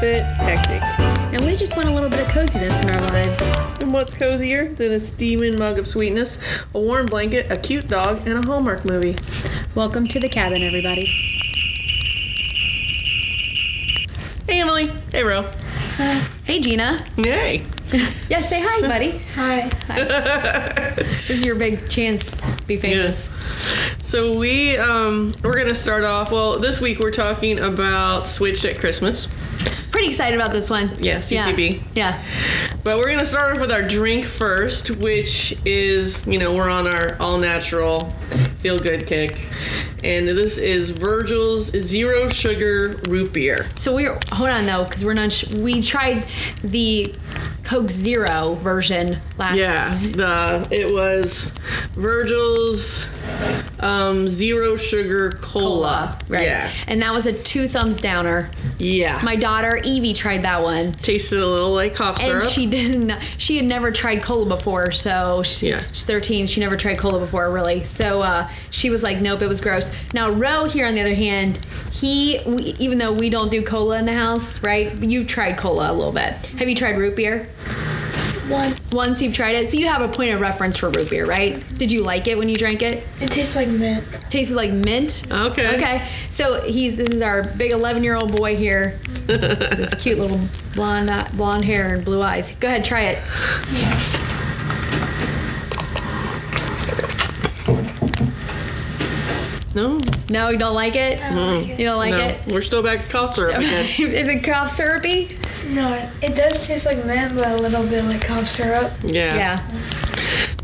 bit hectic. And we just want a little bit of coziness in our lives. And what's cozier than a steaming mug of sweetness, a warm blanket, a cute dog, and a Hallmark movie? Welcome to the cabin, everybody. Hey, Emily. Hey, Ro. Hey, Gina. Yay. Yes, say hi, buddy. Hi. This is your big chance to be famous. So we um, we're gonna start off. Well, this week we're talking about Switched at Christmas, Pretty excited about this one. Yeah, CCB. Yeah. but we're gonna start off with our drink first, which is you know we're on our all natural, feel good kick, and this is Virgil's zero sugar root beer. So we're hold on though, because we're not. Sh- we tried the Coke Zero version last. Yeah, the it was Virgil's um, zero sugar cola. Cola, right? Yeah, And that was a two thumbs downer. yeah. My daughter Evie tried that one, tasted a little like cough and syrup. she didn't. She had never tried cola before, so she, Yeah. she's 13. She never tried cola before, really. So uh, she was like, "Nope, it was gross." Now Roe here, on the other hand, he we, even though we don't do cola in the house, right? You've tried cola a little bit. Have you tried root beer? Once. Once you've tried it, so you have a point of reference for root beer, right? Did you like it when you drank it? It tastes like mint. Tasted like mint. Okay. Okay. So he, this is our big 11 year old boy here. this cute little blonde blonde hair and blue eyes. Go ahead, try it. no, No, you don't like it. You don't like no, it. we're still back to cough syrup again. is it cough syrupy? No, it does taste like mint, but a little bit like cough syrup. Yeah. Yeah.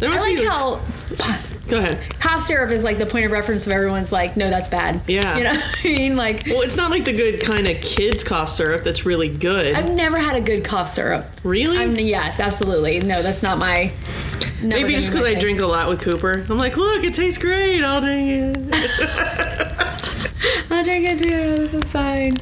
There I must be like this- how Go ahead. cough syrup is like the point of reference of everyone's like, no, that's bad. Yeah. You know what I mean? Like, Well, it's not like the good kind of kids cough syrup that's really good. I've never had a good cough syrup. really? I'm, yes, absolutely. No, that's not my. never Mm. Maybe gonna just be my because I thing. drink a lot with Cooper. I'm like, look, it tastes great. I'll drink it. I'll drink it too. This is fine.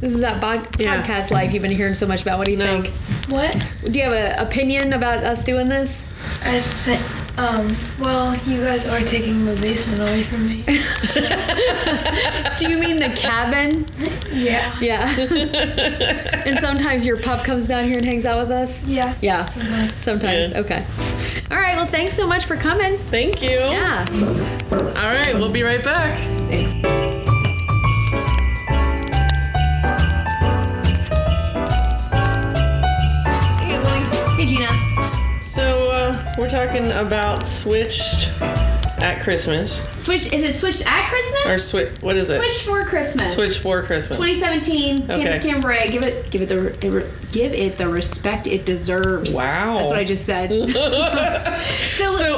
This is that bod- Yeah. podcast life you've been hearing so much about. What do you No. think? What? Do you have an opinion about us doing this? I said, um, well, you guys are taking the basement away from me. Do you mean the cabin? yeah. Yeah. and sometimes your pup comes down here and hangs out with us? Yeah. Yeah. Sometimes. Sometimes. Yeah. Okay. All right. Well, thanks so much for coming. Thank you. Yeah. All right, we'll be right back. Hey, Emily. Hey, Gina. So uh, we're talking about switched at Christmas Switch. Is it switched at or Christmas? switch. What is it? Switch for Christmas. Switch for Christmas. 2017 Okay. Candace Cambray. Give it, give it the, give it the respect it deserves. Wow. that's what I just said. so, So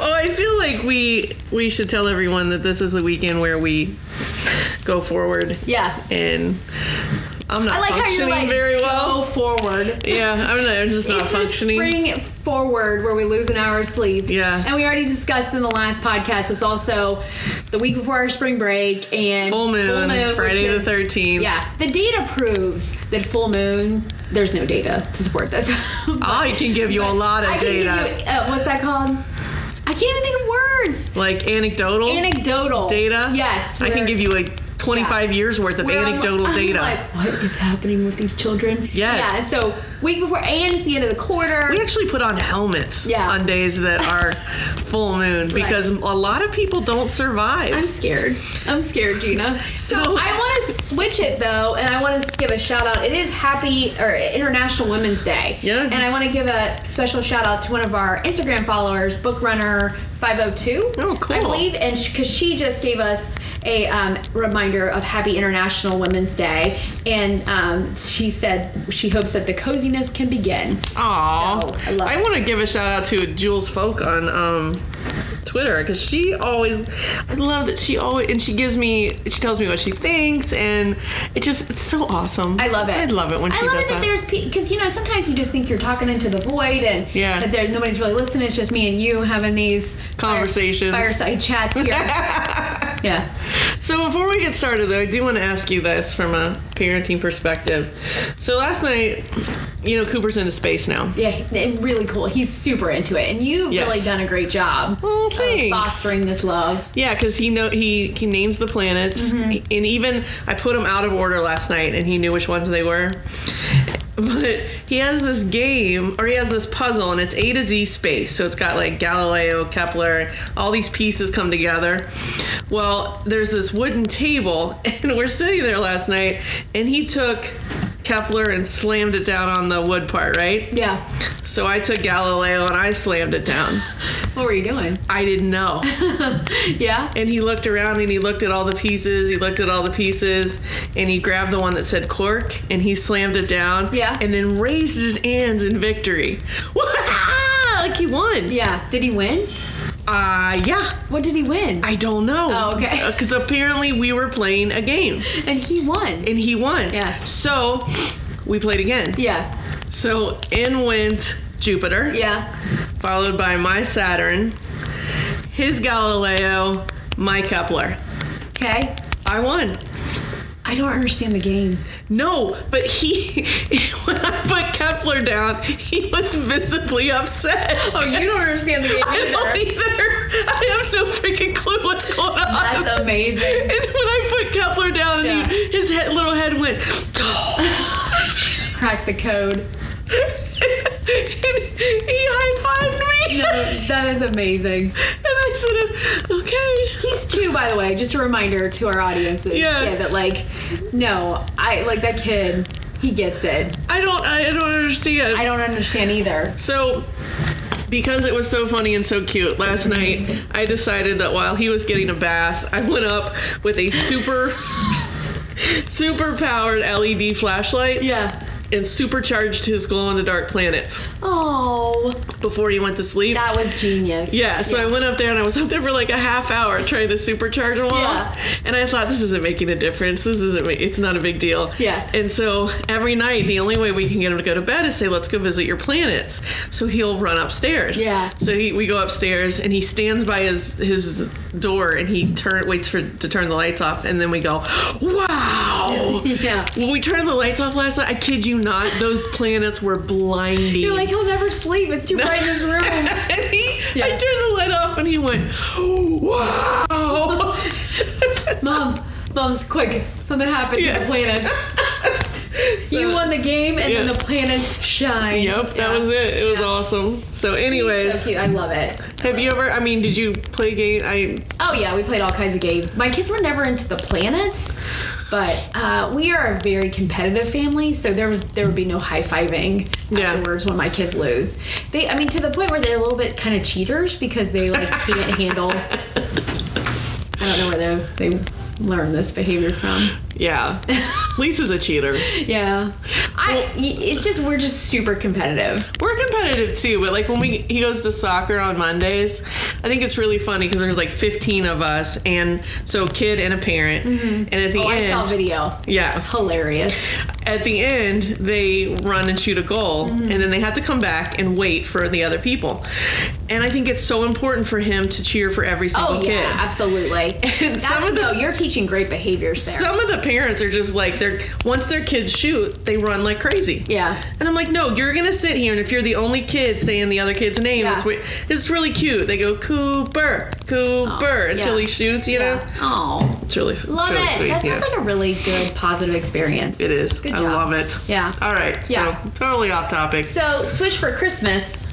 oh, I feel like we we should tell everyone that this is the weekend where we go forward. yeah, And I'm not I like how functioning you're like very well. go forward. Yeah, I'm, not, I'm just not It's this functioning. spring forward where we lose an hour of sleep. Yeah. and we already discussed in the last podcast. It's also the week before our spring break and Full moon, which Friday the is- 13th. Yeah, the data proves that full moon. There's no data to support this. Ah, I can give you a lot of I can data, Give you, uh, what's that called? I can't even think of words. like anecdotal Anecdotal data. Yes. I can where- give you like 25 years worth of where I'm- anecdotal I'm data. like, what is happening with these children? Yes. Yeah. So week before, and it's the end of the quarter. we actually put on helmets Yeah. on days that are full moon because a lot of people don't survive. I'm scared. I'm scared, Gina. So So- I want to switch it though, and I want to give a shout out. It is Happy or International Women's Day. Yeah. And I want to give a special shout out to one of our Instagram followers, Book Runner. 502. Oh, cool. I believe, and because she, just gave us a um, reminder of Happy International Women's Day, and um, she said she hopes that the coziness can begin. Aw. So, I I, love it. want to give a shout out to Jules Folk on um, Twitter because she always, I love that she always, and she gives me, she tells me what she thinks, and it just, it's so awesome. I love it. I love it when I she love does it that. that there's because you know sometimes you just think you're talking into the void and Yeah. that there, nobody's really listening. It's just me and you having these fire- Conversations. fireside chats here. Yeah. So before we get started, though, I do want to ask you this from a parenting perspective. So last night, you know, Cooper's into space now. Yeah, he- really cool. He's super into it, and you've Yes. really done a great job Oh, of thanks. fostering this love. Yeah, because he know he he names the planets, and even I put him out of order last night, and he knew which ones they were. But he has this game, or he has this puzzle, and it's A to Z space. So it's got like Galileo, Kepler, all these pieces come together. Well, there's this wooden table, and we're sitting there last night, and he took Kepler and slammed it down on the wood part, right? Yeah. So I took Galileo and I slammed it down. What were you doing? I didn't know. Yeah. And he looked around and he looked at all the pieces. He looked at all the pieces and he grabbed the one that said cork and he slammed it down. Yeah. And then raised his hands in victory. Wah! Like he won. Yeah. Did he win? Uh, yeah. What did he win? I don't know. Oh, okay. Because apparently we were playing a game and he won. and he won. Yeah. So we played again. yeah. So in went Jupiter, Yeah. followed by my Saturn, his Galileo, my Kepler. Okay. I won. I don't understand the game. No, but he, when I put Kepler down, he was visibly upset. Oh, you don't understand the game I don't either. either. I have no freaking clue what's going on. That's And amazing. when I put Kepler down, and he, his head, little head went, Crack the code. and he high fived me. That is amazing. And I said, okay. He's two, by the way. Just a reminder to our audiences. Yeah. That like, no, I like that kid. He gets it. I don't, I don't understand. I don't understand either. So, because it was so funny and so cute, last night I decided that while he was getting a bath, I went up with a super, super powered LED flashlight Yeah. and supercharged his glow in the dark planets Oh, before he went to sleep. that was genius. yeah, so I went up there and I was up there for like a half hour trying to supercharge them all, Yeah. and I thought this isn't making a difference. This isn't. ma- It's not a big deal. Yeah. And so every night, the only way we can get him to go to bed is say, "Let's go visit your planets." So he'll run upstairs. Yeah. So he, we go upstairs, and he stands by his his door, and he turn waits for to turn the lights off, and then we go, "Wow!" Yeah. When we turned the lights off last night, I kid you not, those planets were blinding. You're like, he'll never sleep. It's too bright in this room. And he, Yeah. I turned the light off and he went, wow. Mom, mom's quick. Something happened to Yeah. the planets. you won the game, and then Yeah. the planets shine. yep, that was it. It was awesome. So, anyways, So cute. I love it. have you ever, I mean, did you play game? I, Oh yeah, we played all kinds of games. My kids were never into the planets, but uh, we are a very competitive family, so there was there would be no high fiving Yeah. afterwards when my kids lose. They, I mean, to the point where they're a little bit kind of cheaters because they like can't handle. I don't know where they they learned this behavior from. yeah. Lisa's a cheater. Yeah, I, it's just we're just super competitive. We're competitive too, but like when we he goes to soccer on Mondays, I think it's really funny because there's like 15 of us, and so a kid and a parent, and at the Oh, I end, saw a video. yeah, Hilarious. at the end they run and shoot a goal and then they have to come back and wait for the other people and i think it's so important for him to cheer for every single Oh yeah, kid absolutely. And That's some of the- though, you're teaching great behaviors there. some of the parents are just like they're once their kids shoot they run like crazy yeah. and i'm like no you're gonna sit here and if you're the only kid saying the other kid's name Yeah. it's, we- it's really cute they go cooper cooper Oh, until yeah. he shoots you know Oh, it's really it's love really it. sweet, That yeah. sounds like a really good positive experience. it is Good i job. love it Yeah. all right so Yeah. totally off topic So switch for Christmas,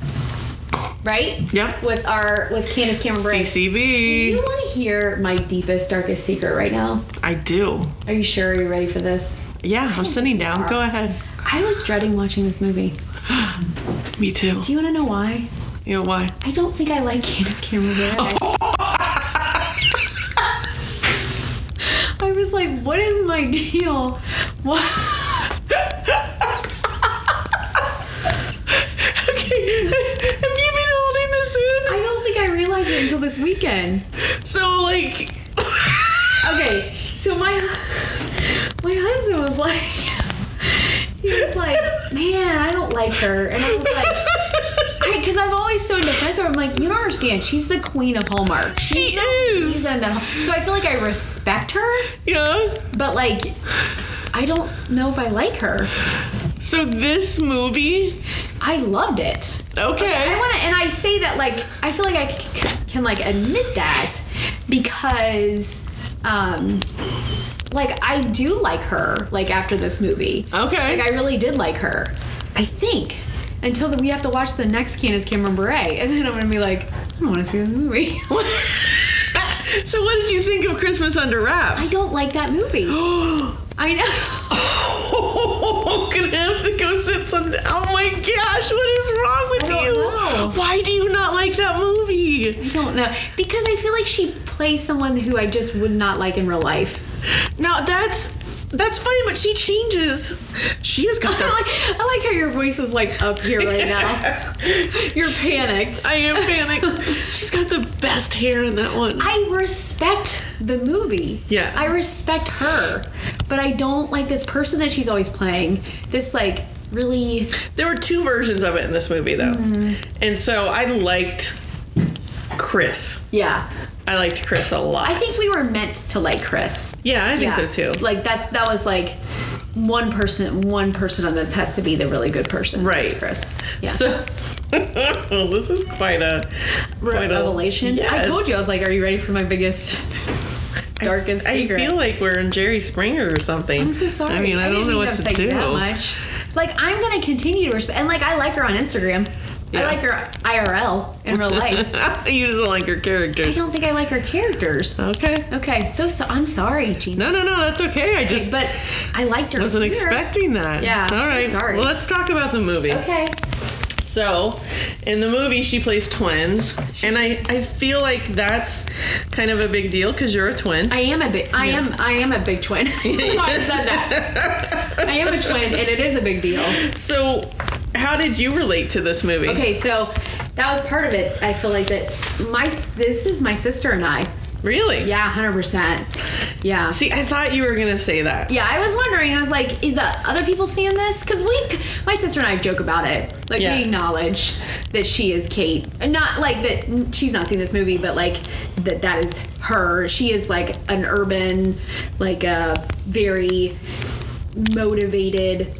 right? Yep. With our with Candace Cameron Bray. Do ccb you want to hear my deepest, darkest secret right now? i do Are you sure? Are you ready for this? Yeah, I'm sitting down. Go ahead. I was dreading watching this movie. Me too. Do you want to know why? You know why? I don't think I like Candace Cameron Bray. Oh. I was like, what is my deal? What? Okay. Have you been holding this in? I don't think I realized it until this weekend. So like Okay, so my my husband was like, he was like, man, I don't like her, and I was like, I because I'm always so defensive. I'm like, you don't understand. She's the queen of Hallmark. She's She the is. reason that. So I feel like I respect her, Yeah. but like, s- I don't know if I like her. So this movie, I loved it. I okay. want to, and I say that like I feel like I c- c- can like admit that because, um, like I do like her. Like after this movie, Okay. like I really did like her. I think until the, we have to watch the next Candace Cameron Bure, and then I'm gonna be like, I don't want to see this movie. so what did you think of Christmas Under I Wraps? don't like that movie. I know. I'm Oh, gonna have to go sit some. Oh my gosh, what is wrong with I don't you? know. Why do you not like that movie? I don't know because I feel like she plays someone who I just would not like in real life. Now that's that's funny, but she changes. She has got I the. like, I like how your voice is like up here right now. You're panicked. I am panicked. She's got the best hair in that one. I respect the movie. Yeah. I respect her, but I don't like this person that she's always playing. This like really There were two versions of it in this movie, though, Mm-hmm. and so I liked Chris. yeah. I liked Chris a lot. I think we were meant to like Chris. yeah, I think Yeah. so too. Like that's that was like one person one person on this has to be the really good person. Right. That's Chris. Yeah. So this is quite a Re- quite a- revelation. I Yes. told you I was like, are you ready for my biggest darkest I secret? feel like we're in Jerry Springer or something. I'm so sorry. I mean, I, didn't don't mean know what to to affect do. you That much. Like I'm gonna continue to respect, and like I like her on Instagram. I Yeah. like her IRL in real life. you just don't like your I characters. don't think I like her characters. Okay. Okay, so so I'm sorry, Gina. No, no, no. That's okay. I just but I liked her. wasn't here. expecting that. Yeah, I'm All so right. sorry. Well, let's talk about the movie. Okay. So, in the movie, she plays twins, and I I feel like that's kind of a big deal because you're a twin. I am a big. I am. I am a big twin. I said that. I am a twin, and it is a big deal. so, how did you relate to this movie? Okay, so that was part of it. I feel like that. My this is my sister and I. Really? Yeah, hundred percent. Yeah. See, I thought you were gonna say that. Yeah, I was wondering. I was like, is uh, other people seeing this? Because we, my sister and I, joke about it. Like Yeah. we acknowledge that she is Kate, and not like that she's not seen this movie, but like that that is her. She is like an urban, like a very motivated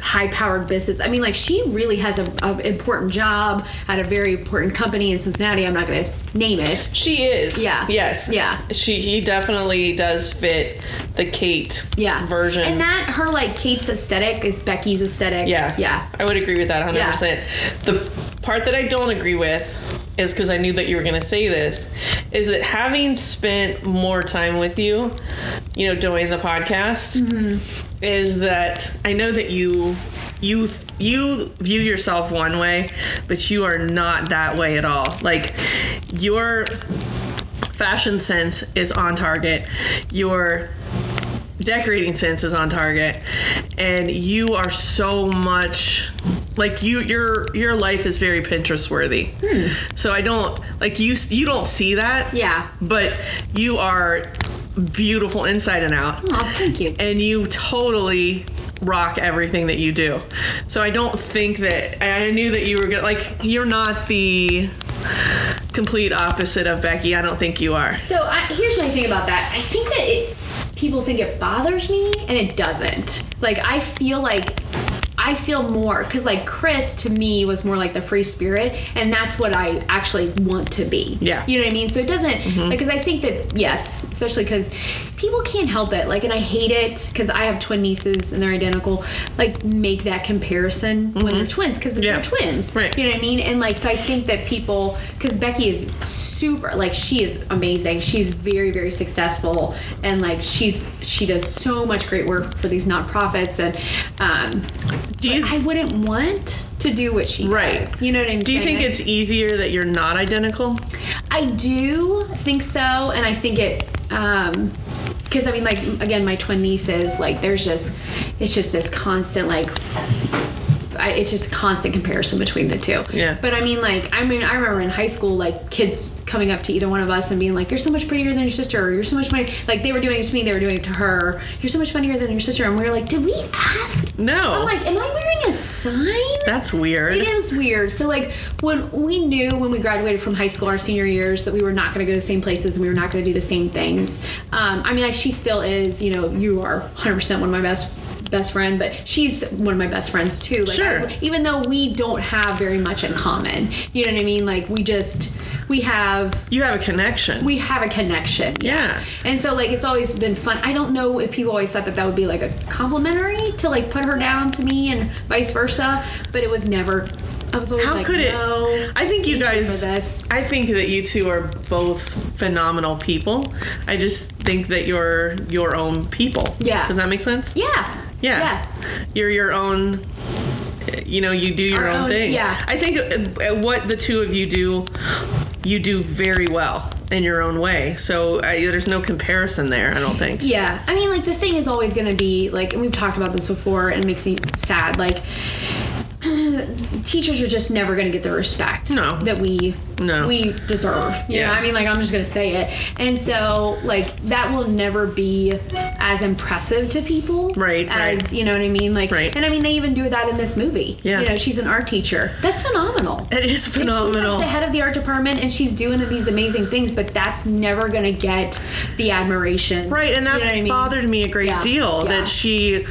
high powered business i mean like she really has an important job at a very important company in cincinnati i'm not gonna name it She is. Yeah. Yes. Yeah. She he definitely does fit the Kate yeah version. and that her like kate's aesthetic is becky's aesthetic yeah. yeah I would agree with that 100%. The part that I don't agree with is because I knew that you were going to say this is that having spent more time with you, you know, doing the podcast Mm-hmm. is that I know that you you you view yourself one way, but you are not that way at all. Like your fashion sense is on target. Your decorating sense is on target and you are so much like you your your life is very pinterest worthy so i don't like you you don't see that Yeah. but you are beautiful inside and out Oh, thank you. and you totally rock everything that you do. So I don't think that I knew that you were good. Like you're not the complete opposite of Becky. I don't think you are. So I, here's my thing about that. I think that it, people think it bothers me, and it doesn't. Like I feel like I feel more because like Chris to me was more like the free spirit, and that's what I actually want to be. Yeah. Mm-hmm. you know what I mean. So it doesn't because I think that yes, especially because people can't help it. Like, and I hate it because I have twin nieces and they're identical. Like, make that comparison when they're twins because Mm-hmm. Yeah. they're twins. Right. You know what I mean? And like, so I think that people, because Becky is super, like, she is amazing. She's very, very successful, and like, she's she does so much great work for these nonprofits. And um, Do you but I wouldn't want to do what she Right. does. You know what I mean? do you think it's easier that you're not identical? I do think so, and I think it. Um, because I mean, like again, my twin nieces, like there's just, it's just this constant like, I, it's just a constant comparison between the two. Yeah. But I mean, like I mean, I remember in high school, like kids coming up to either one of us and being like, "You're so much prettier than your sister," or "You're so much money." Like they were doing it to me, they were doing it to her. You're so much funnier than your sister, and we were like, "Did we ask?" No. I'm like, am I wearing a sign? That's weird. Oh It is weird. So like when we knew when we graduated from high school our senior years that we were not going to go to the same places and we were not going to do the same things. Um, I mean, I, she still is. You know, you are 100 percent one of my best best friend, but she's one of my best friends too. Like, Sure. I- even though we don't have very much in common, you know what I mean? Like we just we have You have a connection. we have a connection. Yeah. And so like it's always been fun. I don't know if people always thought that that would be like a complimentary to like put her down to me and vice versa, but it was never. I was always How like, could it? no. I think you thank guys. for this. I think that you two are both phenomenal people. I just think that you're your own people. Yeah. Does that make sense? Yeah. Yeah. You're your own. You know, you do your Our own, own- thing. yeah. I think uh, what the two of you do, you do very well in your own way. So I, there's no comparison there. I don't think. Yeah. I mean, like, the thing is always going to be, like, and we've talked about this before, and it makes me sad. Like, teachers are just never going to get the respect No. that we No. we deserve. You Yeah. know, I mean, like, I'm just going to say it. And so, like, that will never be as impressive to people. Right, As, right. you know what I mean? Like, Right. and I mean, they even do that in this movie. Yeah. You know, she's an art teacher. That's phenomenal. It is And She's phenomenal. like the head of the art department, and she's doing these amazing things, but that's never gonna get the admiration. Right, and that You know what I mean? bothered me a great Yeah, deal yeah. that she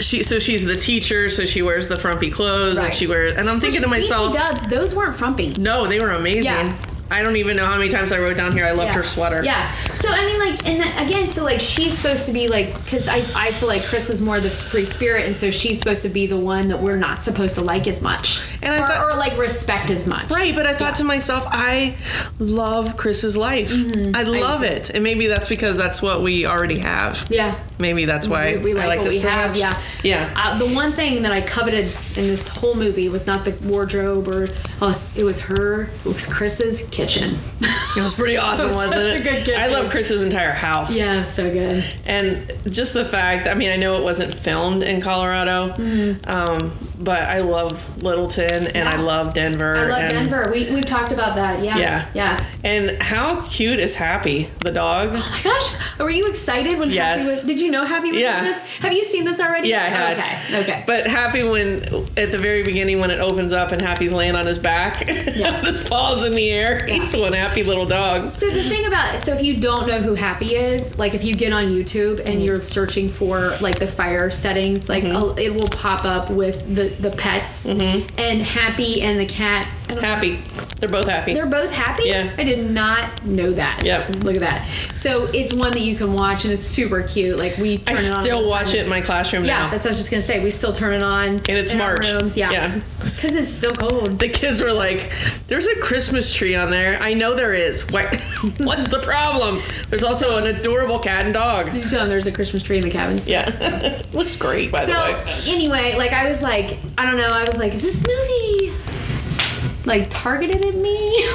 she so she's the teacher, so she wears the frumpy clothes and Right. she wears and I'm thinking to BT myself, dubs, those weren't frumpy. no, they were amazing. Yeah. I don't even know how many times I wrote down here I loved yeah. her sweater. Yeah. So I mean, like, and that, again, so like she's supposed to be like, because I I feel like Chris is more the free spirit, and so she's supposed to be the one that we're not supposed to like as much, And I or, thought- or like respect as much. Right, but I thought to myself, I love Chris's life. I Mm-hmm. love do it. And maybe that's because that's what we already have. Yeah. Maybe that's why We, we like, I like what it we so have, much. yeah. Yeah. Uh, the one thing that I coveted in this whole movie was not the wardrobe or, uh, it was her, it was Chris's kitchen. It was pretty awesome, It was not such it? a good kitchen. I love Chris's entire house. yeah, so good. and just the fact i mean i know it wasn't filmed in colorado um, but i love littleton and i Mm-hmm. Yeah. love denver I love and, Denver. We we've talked about that. Yeah. Yeah. Yeah. and how cute is happy the dog Oh my gosh, were you excited when Yes. Happy was? Did you know Happy was Yeah. in this? Have you seen this already? yeah, I had. Okay. Okay. But happy when at the very beginning when it opens up and Happy's laying on his back, Yeah. with his paws in the air. He's one happy little dog. So the thing about so if you don't know who Happy is, like if you get on YouTube and Mm. you're searching for like the fire settings, like Mm-hmm. a- it will pop up with the the pets and Happy and the cat. I don't- Happy, they're both happy. They're both happy. Yeah. I did not know that. Yep. Look at that. So it's one that you can watch and it's super cute. Like we I turn it on all still the watch time. it in my classroom Yeah, now. that's what I was just gonna say. We still turn it on. And it's in March. Our rooms. Yeah. Yeah. Because it's still cold. the kids were like, "There's a Christmas tree on there. I know there is. What? What's the problem? There's also an adorable cat and dog. You tell them there's a Christmas tree in the cabins. Yeah, looks great by the So way. anyway, like I was like, I don't know. I was like, is this movie like targeted at me?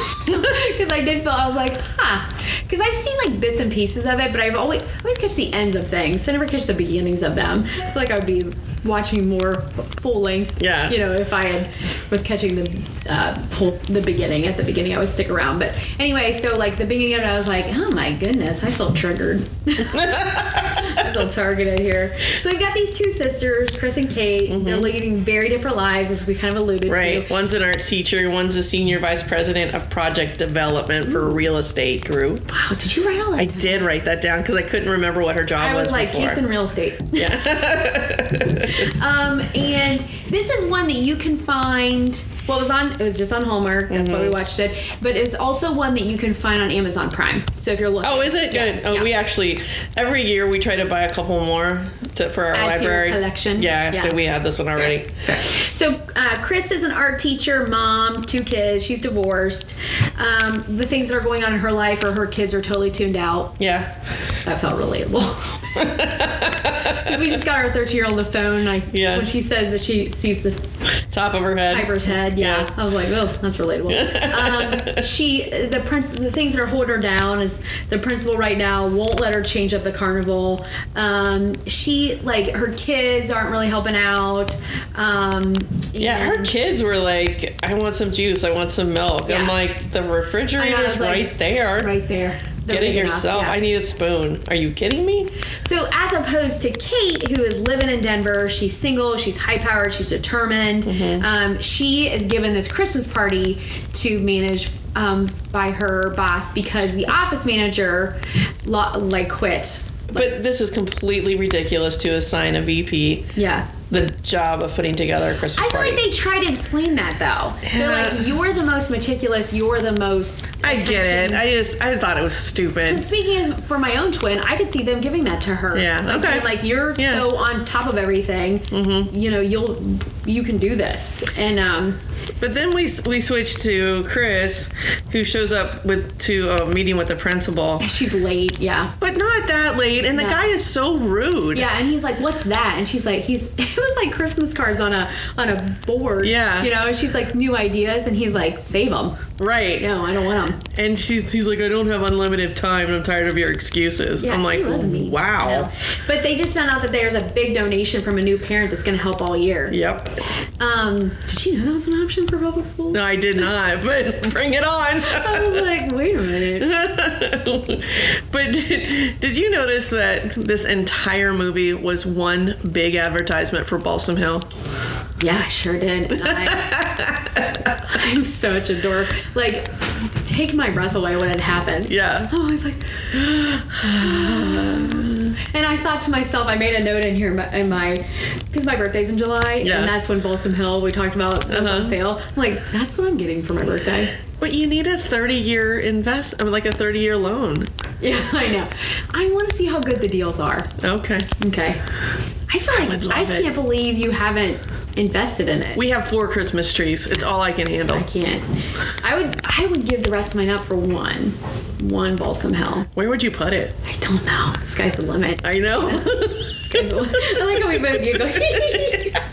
Because I did feel I was like, huh. Because I've seen like bits and pieces of it, but I've always I always catch the ends of things. I never catch the beginnings of them. I feel like I would be watching more full length. Yeah. You know, if I had was catching the uh, whole the beginning at the beginning, I would stick around. But anyway, so like the beginning of it, I was like, oh my goodness, I felt triggered. I feel targeted here. So we've got these two sisters, Chris and Kate. They're leading very different lives, as we kind of alluded Mm-hmm. Right. to. One's an art teacher. One's a senior vice president of project development for Mm. a real estate group. Wow, did you write all that? I down? did write that down because I couldn't remember what her job I was like, before. Kate's in real estate. Yeah. um, and this is one that you can find. What was on? It was just on Hallmark. That's why we Mm-hmm. watched it. But it's also one that you can find on Amazon Prime. So if you're looking, Oh, is it? Yes, Good. Oh, yeah. we actually every year we try to buy a couple more to, for our Add to your library collection. Yeah, Yeah. so we have this one already. So uh, Chris is an art teacher, mom, two kids. She's divorced. Um, the things that are going on in her life or her kids are totally tuned out. Yeah, That felt relatable. we just got our 13 year old on the phone. Like Yeah. when she says that she sees the top of her head. Piper's head. Yeah. Yeah. I was like, oh, that's relatable. um, she, the prince, the things that are holding her down is the principal right now won't let her change up the carnival. Um, she, like, her kids aren't really helping out. Um, Yeah, her and- kids were like, I want some juice, I want some milk. I'm Yeah. like, the I know, I refrigerator's was like, right there. It's right there. they're Get it big enough, yourself. yeah. I need a spoon. Are you kidding me? So as opposed to Kate, who is living in Denver, she's single, she's high powered, she's determined. Mm-hmm. Um, she is given this Christmas party to manage um, by her boss because the office manager lo- like quit. But this is completely ridiculous to assign a VP Yeah. the job of putting together a Christmas I feel party. like they try to explain that though. They're like, you're the most meticulous, you're the most. I get it. I just I thought it was And stupid. speaking as for my own twin, I could see them giving that to her. Yeah, Like, okay. being Like you're Yeah. Mm-hmm. so on top of everything. You know, you'll you can do this. And um, But then we we switch to Chris, who shows up with to a meeting with the principal, she's late. Yeah. but not that late. And the No. guy is so rude. Yeah, and he's like, "What's that?" And she's like, "He's it was like Christmas cards on a on a board." Yeah. you know. And she's like, "New ideas," and he's like, "Save them." Right. No, I don't want them. And she's he's like, I don't have unlimited time. and I'm tired of your excuses. Yeah, I'm he like, was mean. I know. wow. But they just found out that there's a big donation from a new parent that's going to help all year. Yep. Um, did she know that was an option for public school? No, I did not. But bring it on. I was like, wait a minute. but did, did you notice that this entire movie was one big advertisement for Balsam Hill? Yeah, I sure did. And I, I'm such a dork. Like, take my breath away when it happens. Yeah. Oh, I was like, and I thought to myself, I made a note in here in my- in my, because my birthday's in July, Yeah. Uh-huh. and that's when Balsam Hill we talked about was on sale. I'm like, that's what I'm getting for my birthday. But you need a 30 year invest, I mean, like a 30 year loan. Yeah, I know. I want to see how good the deals are. Okay. Okay. I feel would like I, love it. can't believe you haven't invested in it. We have four Christmas trees. It's all I can handle. I can't. I would I would give the rest of mine up for one. One balsam hell. Where would you put it? I don't know. Sky's the limit. I know. Sky's the limit. I like how we both giggle.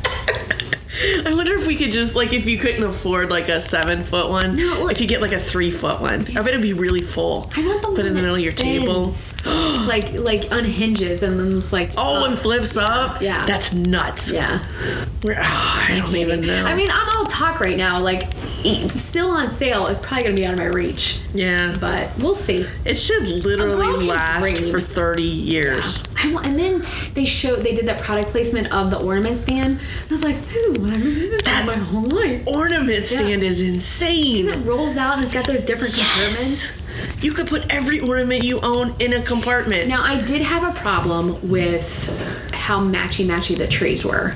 I wonder if we could just, like, if you couldn't afford, like, a seven foot one, No, like- if you get, like, a three foot one. I bet it'd be really full. I want the Put one it in that the middle of your table. spins. like like unhinges and then it's like Oh, up. and flips up? Yeah. That's nuts. yeah. We're, oh, I don't even know. I mean, I'm all talk right now. Like, e, still on sale. It's probably gonna be out of my reach, yeah. but we'll see. It should girl literally can last dream. for 30 years. I want, and then they showed they did that product placement of the ornament stand. I was like, ooh, I remember that my whole life. Ornament stand is It insane. rolls out and it's got those different compartments. Oh. Yes. You could put every ornament you own in a compartment. Now I did have a problem with how matchy matchy the trees were.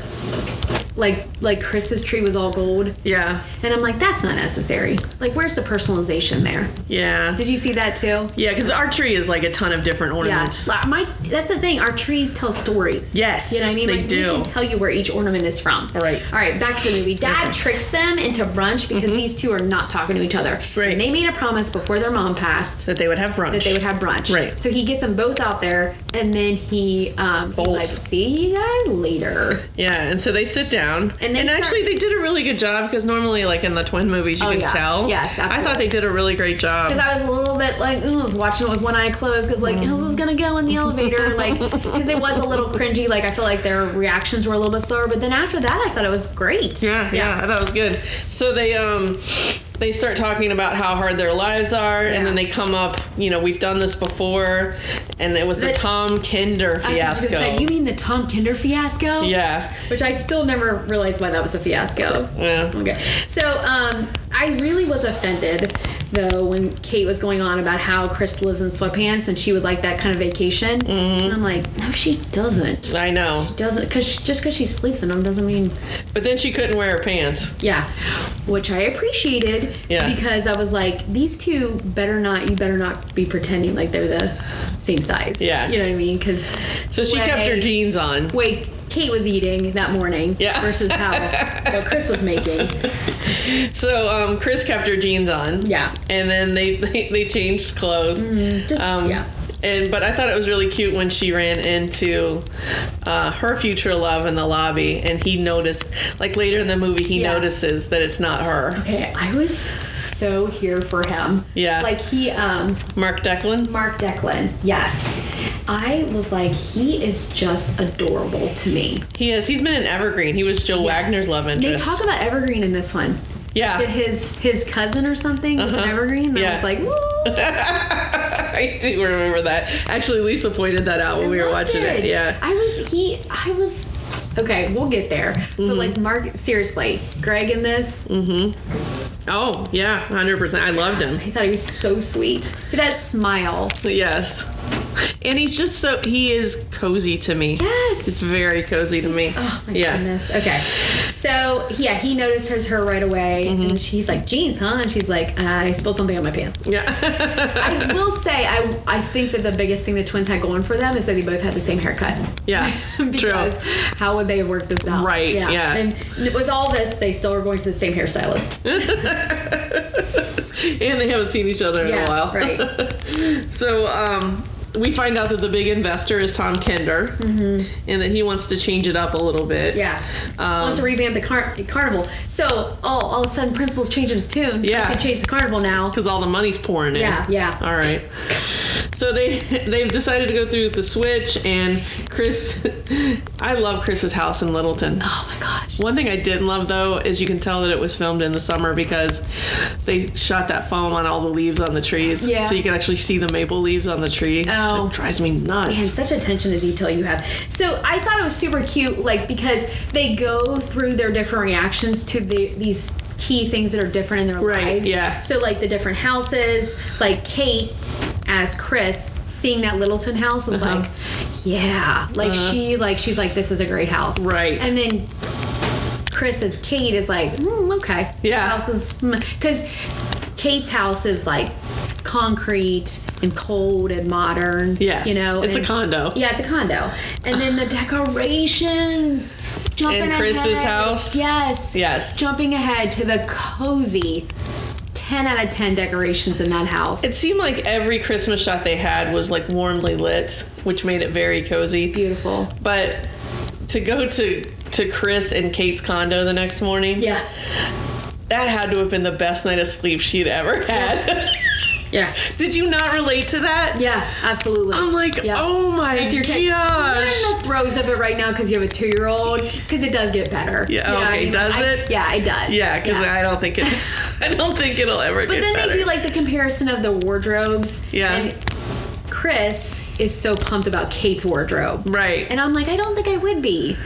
Like like Chris's tree was all gold, Yeah. and I'm like, that's not necessary. Like, where's the personalization there? Yeah. Did you see that too? Yeah, because our tree is like a ton of different Yeah, ornaments. like, my that's the thing. Our trees tell stories. Yes, you know what I mean. they like, do. We can tell you where each ornament is from. Right. Mm-hmm. All right. Back to the movie. Dad tricks them into brunch because these two are not talking to each other. Right. And they made a promise before their mom passed That they would have brunch. that they would have brunch. Right. So he gets them both out there, and then he um, he's Bolts. like, "See you guys later." Yeah, and so they sit down. And And, they start- actually, they did a really good job because normally, like in the twin movies, you Oh, can yeah. tell. Yes, I thought absolutely. they did a really great job. Because I was a little bit like, ooh, I was watching it with one eye closed because like, how's this gonna go in the elevator? Like, because it was a little cringy. Like, I feel like their reactions were a little bit slower. But then after that, I thought it was great. Yeah, yeah, I thought it was good. So they um they start talking about how hard their lives are, Yeah. and then they come up. You know, we've done this before, and it was the, The- Tom Kinder I was just fiasco. gonna say, you mean the Tom Kinder fiasco? yeah, Which I still never realized why that was a fiasco. yeah, Okay. So um, I really was offended though when Kate was going on about how Chris lives in sweatpants and she would like that kind of vacation. Mm-hmm. And I'm like, no, she doesn't. I know. Doesn't because just because she sleeps in them doesn't mean But then she couldn't wear her pants. yeah, which I appreciated Yeah. because I was like, these two better not, you better not be pretending like they're the same size. Yeah. you know what I mean? Because So she kept her jeans on. Wait, Kate was eating that morning Yeah. versus how what Chris was making. So um, Chris kept her jeans on. Yeah. Mm, And then they they, they changed clothes. Just Um, yeah. And but I thought it was really cute when she ran into uh, her future love in the lobby, and he noticed, like later in the movie, he Yeah. notices that it's not her. Okay, I was so here for him. Yeah. Like he um Mark Declan. Mark Declan. Yes. I was like, he is just adorable to me. He is. He's been in Evergreen. He was Jill Wagner's love They interest. talk about Evergreen in this one. yeah. That his his cousin or something was an Uh-huh. Evergreen. And I Yeah. was like, "Woo." I do remember that. Actually, Lisa pointed that out when we were loved watching it. Yeah. I was he I was okay, we'll get there. Mm-hmm. But like Mark seriously, Greg in this, Oh, yeah, 100%. I loved him. I thought he was so sweet. That smile. Yes. And he's just so he is cozy to me. Yes. It's very cozy to me. Oh my yeah. goodness. Okay. So yeah, he noticed her, her right away Mm-hmm. and she's like, jeans, huh? And she's like, uh, I spilled something on my pants. Yeah. I will say I I think that the biggest thing the twins had going for them is that they both had the same haircut. Yeah. because True. how would they have worked this out? Right, yeah. Oh, And with all this, they still are going to the same hairstylist. And they haven't seen each other in yeah, a while. right. So um we find out that the big investor is Tom Kinder and that he wants to change it up a little bit. Mm-hmm. Yeah. Um, Wants to revamp the, car- the carnival. So, oh, all of a sudden, principal's changing his tune. Yeah. He can change the carnival now. because all the money's pouring in. Yeah, yeah. All right. So they they've decided to go through with the switch, and Chris, I love Chris's house in Littleton. Oh my gosh. One thing I didn't love though is you can tell that it was filmed in the summer because they shot that foam on all the leaves on the trees, Yeah. so you can actually see the maple leaves on the tree. Oh. it drives me nuts. And such attention to detail you have. So I thought it was super cute, like because they go through their different reactions to the, these key things that are different in their Right, lives. yeah. So like the different houses, like Kate as Chris seeing that Littleton house was Uh-huh. like, yeah, like she like she's like this is a great house. Right. And then Chris as Kate is like, mm, okay, Yeah. House is because Kate's house is like concrete and cold and modern. Yes. You know, It's a and- condo. Yeah, it's a condo. And then the decorations. Jumping In Chris's ahead. house? Yes. Yes. Jumping ahead to the cozy 10 out of 10 decorations in that house. It seemed like every Christmas shot they had was like warmly lit, which made it very cozy. beautiful. But to go to to Chris and Kate's condo the next morning, Yeah. that had to have been the best night of sleep she'd ever had. Yeah. Did you not relate to that? Yeah, absolutely. I'm like, Yeah. oh my That's your take. We're gosh. in the throes of it right now because you have a two year old. Because it does get better. Yeah, You know what okay, does I- it? yeah, it does. Yeah, because I don't think it. I don't think it'll ever But get then better. they do like the comparison of the wardrobes. Yeah. And Chris is so pumped about Kate's wardrobe. right. And I'm like, I don't think I would be.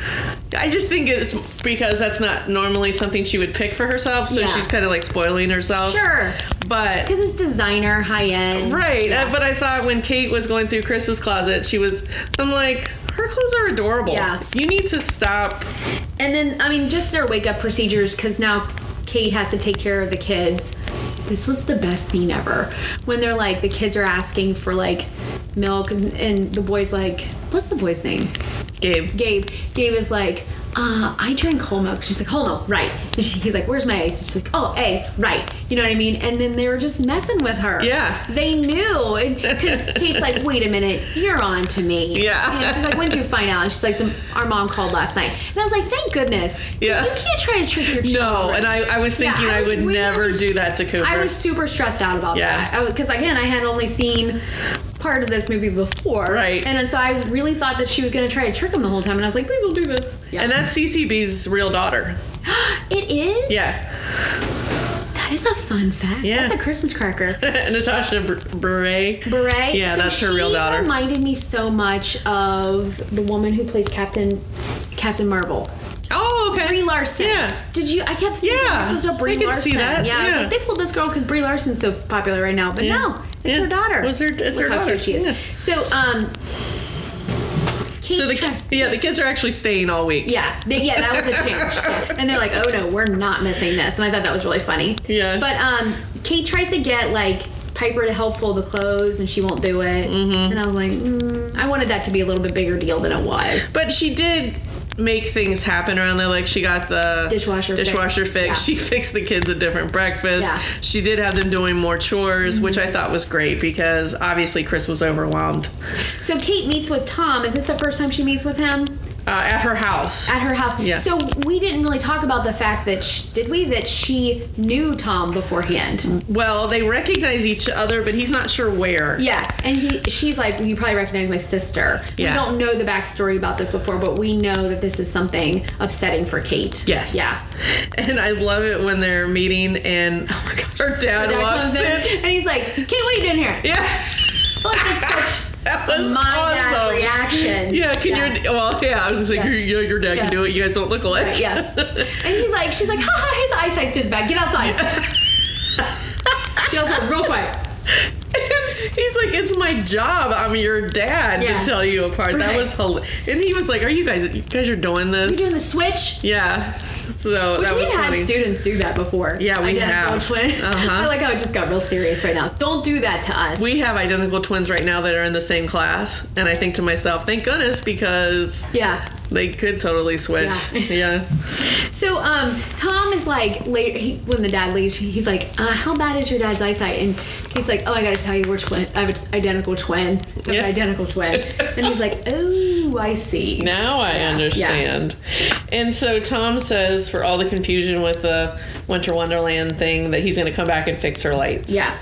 I just think it's because that's not normally something she would pick for herself, so Yeah. she's kind of like spoiling herself. Sure. But Because it's designer, high end. right, uh, but I thought when Kate was going through Chris's closet, she was. I'm like, her clothes are adorable. Yeah. You need to stop. And then, I mean, just their wake up procedures, because now Kate has to take care of the kids. This was the best scene ever. When they're like, the kids are asking for like milk, and, and the boy's like, what's the boy's name? Gabe. Gabe. Gabe is like, uh, I drank whole milk. She's like, whole milk, right. And she, he's like, where's my eggs? And she's like, oh, eggs, right. You know what I mean? And then they were just messing with her. Yeah. They knew. Because Kate's like, wait a minute, you're on to me. Yeah. And she's like, when did you find out? And she's like, the, our mom called last night. And I was like, thank goodness. 'Cause Yeah. You can't try to trick your children. No, and I, I was Yeah, thinking I, was would really- never do that to Cooper. I was super stressed out about Yeah. that. Because again, I had only seen part of this movie before. Right. And then, so I really thought that she was going to try to trick him the whole time. And I was like, please don't do this. Yeah. And that's CCB's real daughter. it is? Yeah. That is a fun fact. Yeah. That's a Christmas cracker. Natasha Br- Beret. Beret. Yeah, So that's her she real daughter. reminded me so much of the woman who plays Captain Captain Marvel. Oh, okay. Brie Larson. Yeah. Did you? I kept thinking Yeah. this was a Brie I could Larson. see that. Yeah. I was Yeah. like, they pulled this girl because Brie Larson's so popular right now. But Yeah. no, it's Yeah. her daughter. It was her- it's Look her how daughter. Cute she is. Yeah. So, um, Kate's So the trying- ki- yeah, the kids are actually staying all week. yeah, they, yeah, that was a change. Yeah. And they're like, oh no, we're not missing this. And I thought that was really funny. Yeah. But um, Kate tries to get like Piper to help fold the clothes, and she won't do it. Mm-hmm. And I was like, mm, I wanted that to be a little bit bigger deal than it was. But she did make things happen around there. Like she got the Dishwasher dishwasher fixed. fixed. Yeah. She fixed the kids a different breakfast. Yeah. She did have them doing more chores, which I thought was great because obviously Chris was overwhelmed So Kate meets with Tom. Is this the first time she meets with him uh, at her house. at her house? Yeah. So we didn't really talk about the fact that sh did we that she knew Tom beforehand. well, they recognize each other, but he's not sure where. Yeah, and he she's like, you probably recognize my sister. Yeah. We don't know the backstory about this before, but we know that this is something upsetting for Kate. Yes. Yeah. And I love it when they're meeting and her dad, Dad walks comes in, in. and he's like, Kate, what are you doing here? Yeah. feel like that's such That was my dad awesome. reaction. Yeah, can your well, yeah, I was gonna say Yeah. your, your, your dad Yeah. can do it. You guys don't look alike. Yeah. And he's like, she's like, ha ha, his eyesight's just bad. Get outside. Get outside real quick. He's like, it's my job. I'm your dad Yeah. to tell you apart. That Right. was hilarious. And he was like, "Are you guys? You guys are doing this? You're doing the switch. yeah." So Which that was we've had funny. students do that before. Yeah, we Identical have. Twin. Uh-huh. I like how it just got real serious right now. Don't do that to us. we have identical twins right now that are in the same class, and I think to myself, "Thank goodness," because yeah. they could totally switch. Yeah. yeah. So um, Tom is like later he, when the dad leaves, he's like, uh, "How bad is your dad's eyesight?" And Kate's like, "Oh, I got to tell you, we're twin. I have an identical twin. I have Yeah. an identical twin." and he's like, "Oh, I see." Now I Yeah, understand. And so Tom says, for all the confusion with the Winter Wonderland thing, that he's going to come back and fix her lights. Yeah.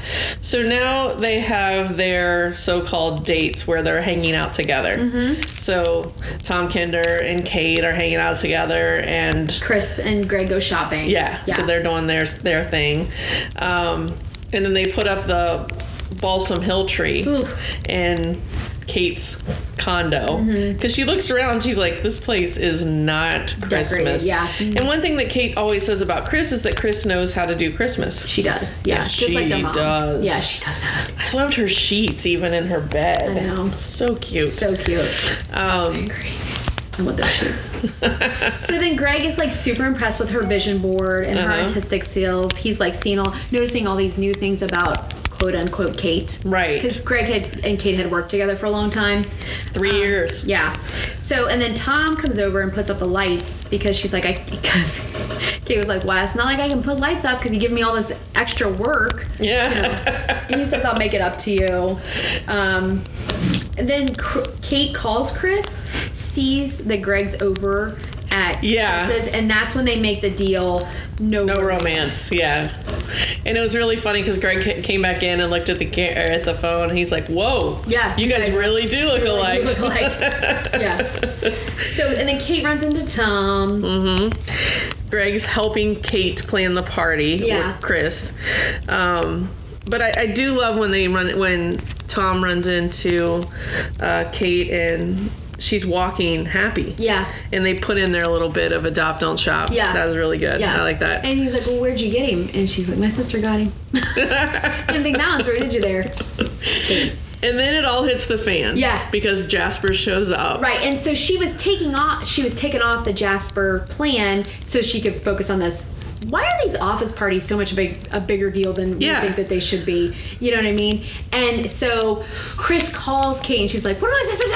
So now they have their so called dates where they're hanging out together. Mm-hmm. So Tom Kinder and Kate are hanging out together, and Chris and Greg go shopping. yeah, so they're doing their, their thing. Um, and then they put up the Balsam Hill tree Ooh. in Kate's condo Mm-hmm. because she looks around. She's like, "This place is not Christmas." yeah. And one thing that Kate always says about Chris is that Chris knows how to do Christmas. she does. Yeah, Yeah, just like their she mom. does. Yeah, she does not. I loved her sheets, even in her bed. I know. So cute. So cute. um, Agree. I want those shoes. so then Greg is like super impressed with her vision board and her Uh-huh. artistic skills. He's like seeing all, noticing all these new things about quote unquote Kate. Right. Because Greg had and Kate had worked together for a long time. Three Um, years. Yeah. So and then Tom comes over and puts up the lights because she's like I because Kate was like, "Why? It's not like I can put lights up because you give me all this extra work." Yeah. You know. and he says, "I'll make it up to you." Um, and then Cr- Kate calls Chris, sees that Greg's over at Yeah. Chris's, and that's when they make the deal. No, No romance, yeah. And it was really funny because Greg ca- came back in and looked at the ca- or at the phone. And he's like, "Whoa, Yeah, you you guys guys really do look Like, alike." you look like, yeah. So and then Kate runs into Tom. Mm-hmm. Greg's helping Kate plan the party Yeah. with Chris. Um, but I, I do love when they run when Tom runs into uh, Kate and she's walking happy. Yeah. And they put in their little bit of adopt don't shop. Yeah. That was really good. Yeah. I like that. And he's like, Well, where'd you get him? And she's like, My sister got him. Didn't think that one through, did you there? And then it all hits the fan. Yeah. Because Jasper shows up. Right. And so she was taking off she was taking off the Jasper plan so she could focus on this. Why are these office parties so much a big a bigger deal than Yeah. we think that they should be? You know what I mean? And so Chris calls Kate and she's like, What am I supposed to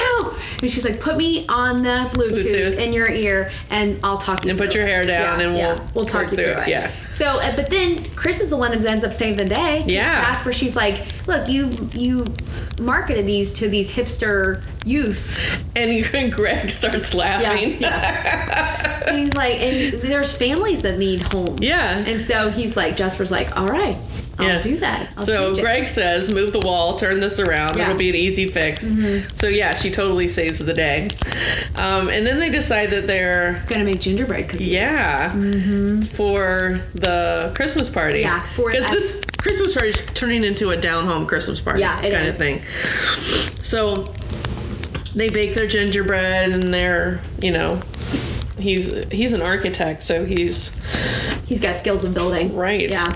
do? And she's like, Put me on the Bluetooth, Bluetooth. in your ear and I'll talk you And through put your it." hair down and we'll we'll talk work you through, through it. it, yeah. So, uh, but then Chris is the one that ends up saving the day. 'cause Yeah. Casper, she's like, look, you you marketed these to these hipster youth. And Greg starts Yeah. laughing. yeah. and he's like, and there's families that need homes. Yeah. And so he's like, Jasper's like, all right, I'll Yeah. do that. I'll so change it." Greg says, "Move the wall, turn this around. Oh, Yeah. Mm-hmm. It'll be an easy fix." So yeah, she totally saves the day. Um, and then they decide that they're Gonna make gingerbread cookies. yeah for the Christmas party. Mm-hmm. Yeah, for- because this Christmas party is turning into a down home Christmas party. Yeah, it kind is. of thing. So they bake their gingerbread and they're you know. He's he's an architect, so he's He's got skills in building. Right. Yeah.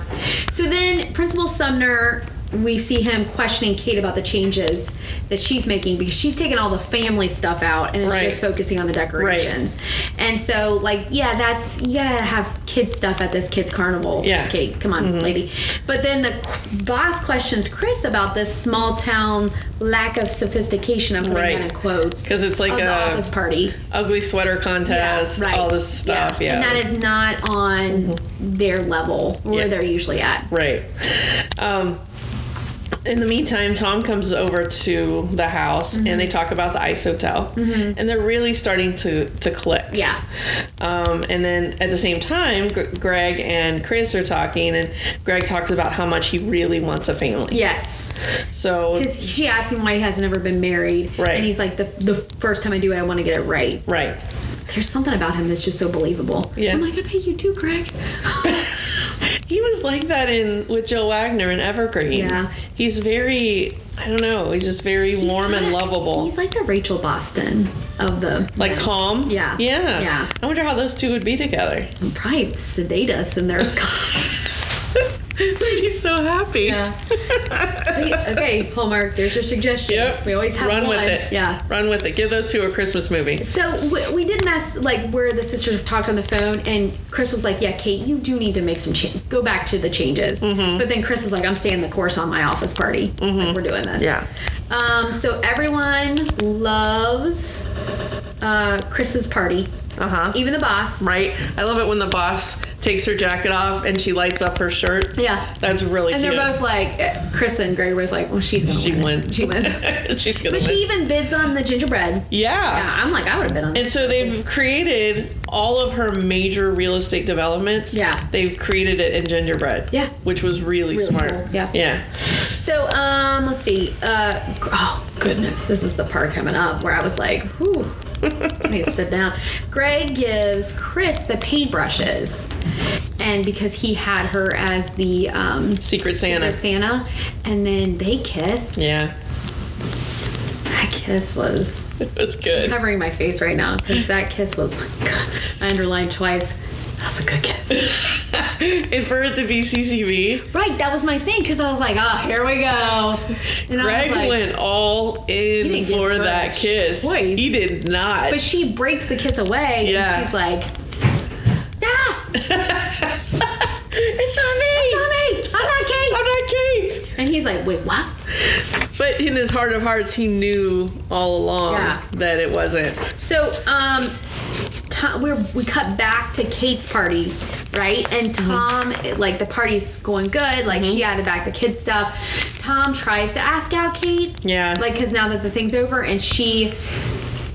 So then Principal Sumner, we see him questioning Kate about the changes that she's making because she's taken all the family stuff out and is Right. just focusing on the decorations. And so like, yeah, that's you gotta have kids stuff at this kids carnival. Yeah. Mm-hmm. Kate, come on, lady. But then the qu- boss questions Chris about this small town lack of sophistication. I'm putting Right. that in quotes 'Cause it's like of the a- office party. ugly sweater contest, all this stuff. Yeah, And Mm-hmm. that is not on their level where Yeah. they're usually at. Right. Um, in the meantime, Tom comes over to the house Mm-hmm. and they talk about the Ice Hotel. And they're really starting to, to click. Yeah. Um, and then at the same time, Gr- Greg and Chris are talking, and Greg talks about how much he really wants a family. Yes. So, Because she asked him why he hasn't ever been married. Right. And he's like, the, the first time I do it, I want to get it right. right. There's something about him that's just so believable. Yeah. I'm like, I bet you do, Greg. He was like that in with Joe Wagner in Evergreen. Yeah. He's very, I don't know. He's just very warm and kinda- lovable. He's like the Rachel Boston of the Like calm. Yeah. Yeah. Yeah. I wonder how those two would be together. probably sedate us in their. He's so happy. yeah. okay, Hallmark. There's your suggestion. Yep. We always have run one. with it. Yeah. Run with it. Give those two a Christmas movie. So we, we did mess like where the sisters have talked on the phone, and Chris was like, "Yeah, Kate, you do need to make some change. Go back to the changes." Mm-hmm. But then Chris was like, "I'm staying the course on my office party. Like, we're doing this." Yeah. Um, so everyone loves uh, Chris's party, Uh huh. even the boss. Right. I love it when the boss takes her jacket off and she lights up her shirt. Yeah. That's really And they're cute. both like, eh, Chris and Greg were like, "Well, she's gonna She win. wins. She wins." She's gonna but win. she even bids on the gingerbread. yeah. Yeah, I'm like, I would have been on. that. And so they've created all of her major real estate developments. Yeah. They've created it in gingerbread. Yeah. Which was really, Really smart. cool, yeah. Yeah. So, um, let's see. Uh, gr- oh goodness, this is the part coming up where I was like, "Whew, I need to sit down." Greg gives Chris the paintbrushes, and because he had her as the um, Secret Santa. Secret Santa, and then they kiss. Yeah. That kiss was It was good. covering my face right now because that kiss was. I underlined twice. That was a good kiss. and for it to be CCV, right, that was my thing because I was like, "Ah, here we go." And I Greg was like, went all You in didn't give for her that a kiss. choice. He did not. But she breaks the kiss away, Yeah. and she's like, "Ah, it's it's not not me. me. I'm not Kate." I'm not Kate. And he's like, "Wait, what?" But in his heart of hearts, he knew all along Yeah. that it wasn't. So, um, Tom, we're, we cut back to Kate's party, right? And Mm-hmm. Tom, it- like, the party's going good. Like, she added back the kids stuff. Tom tries to ask out Kate. Yeah. Like, because now that the thing's over, and she.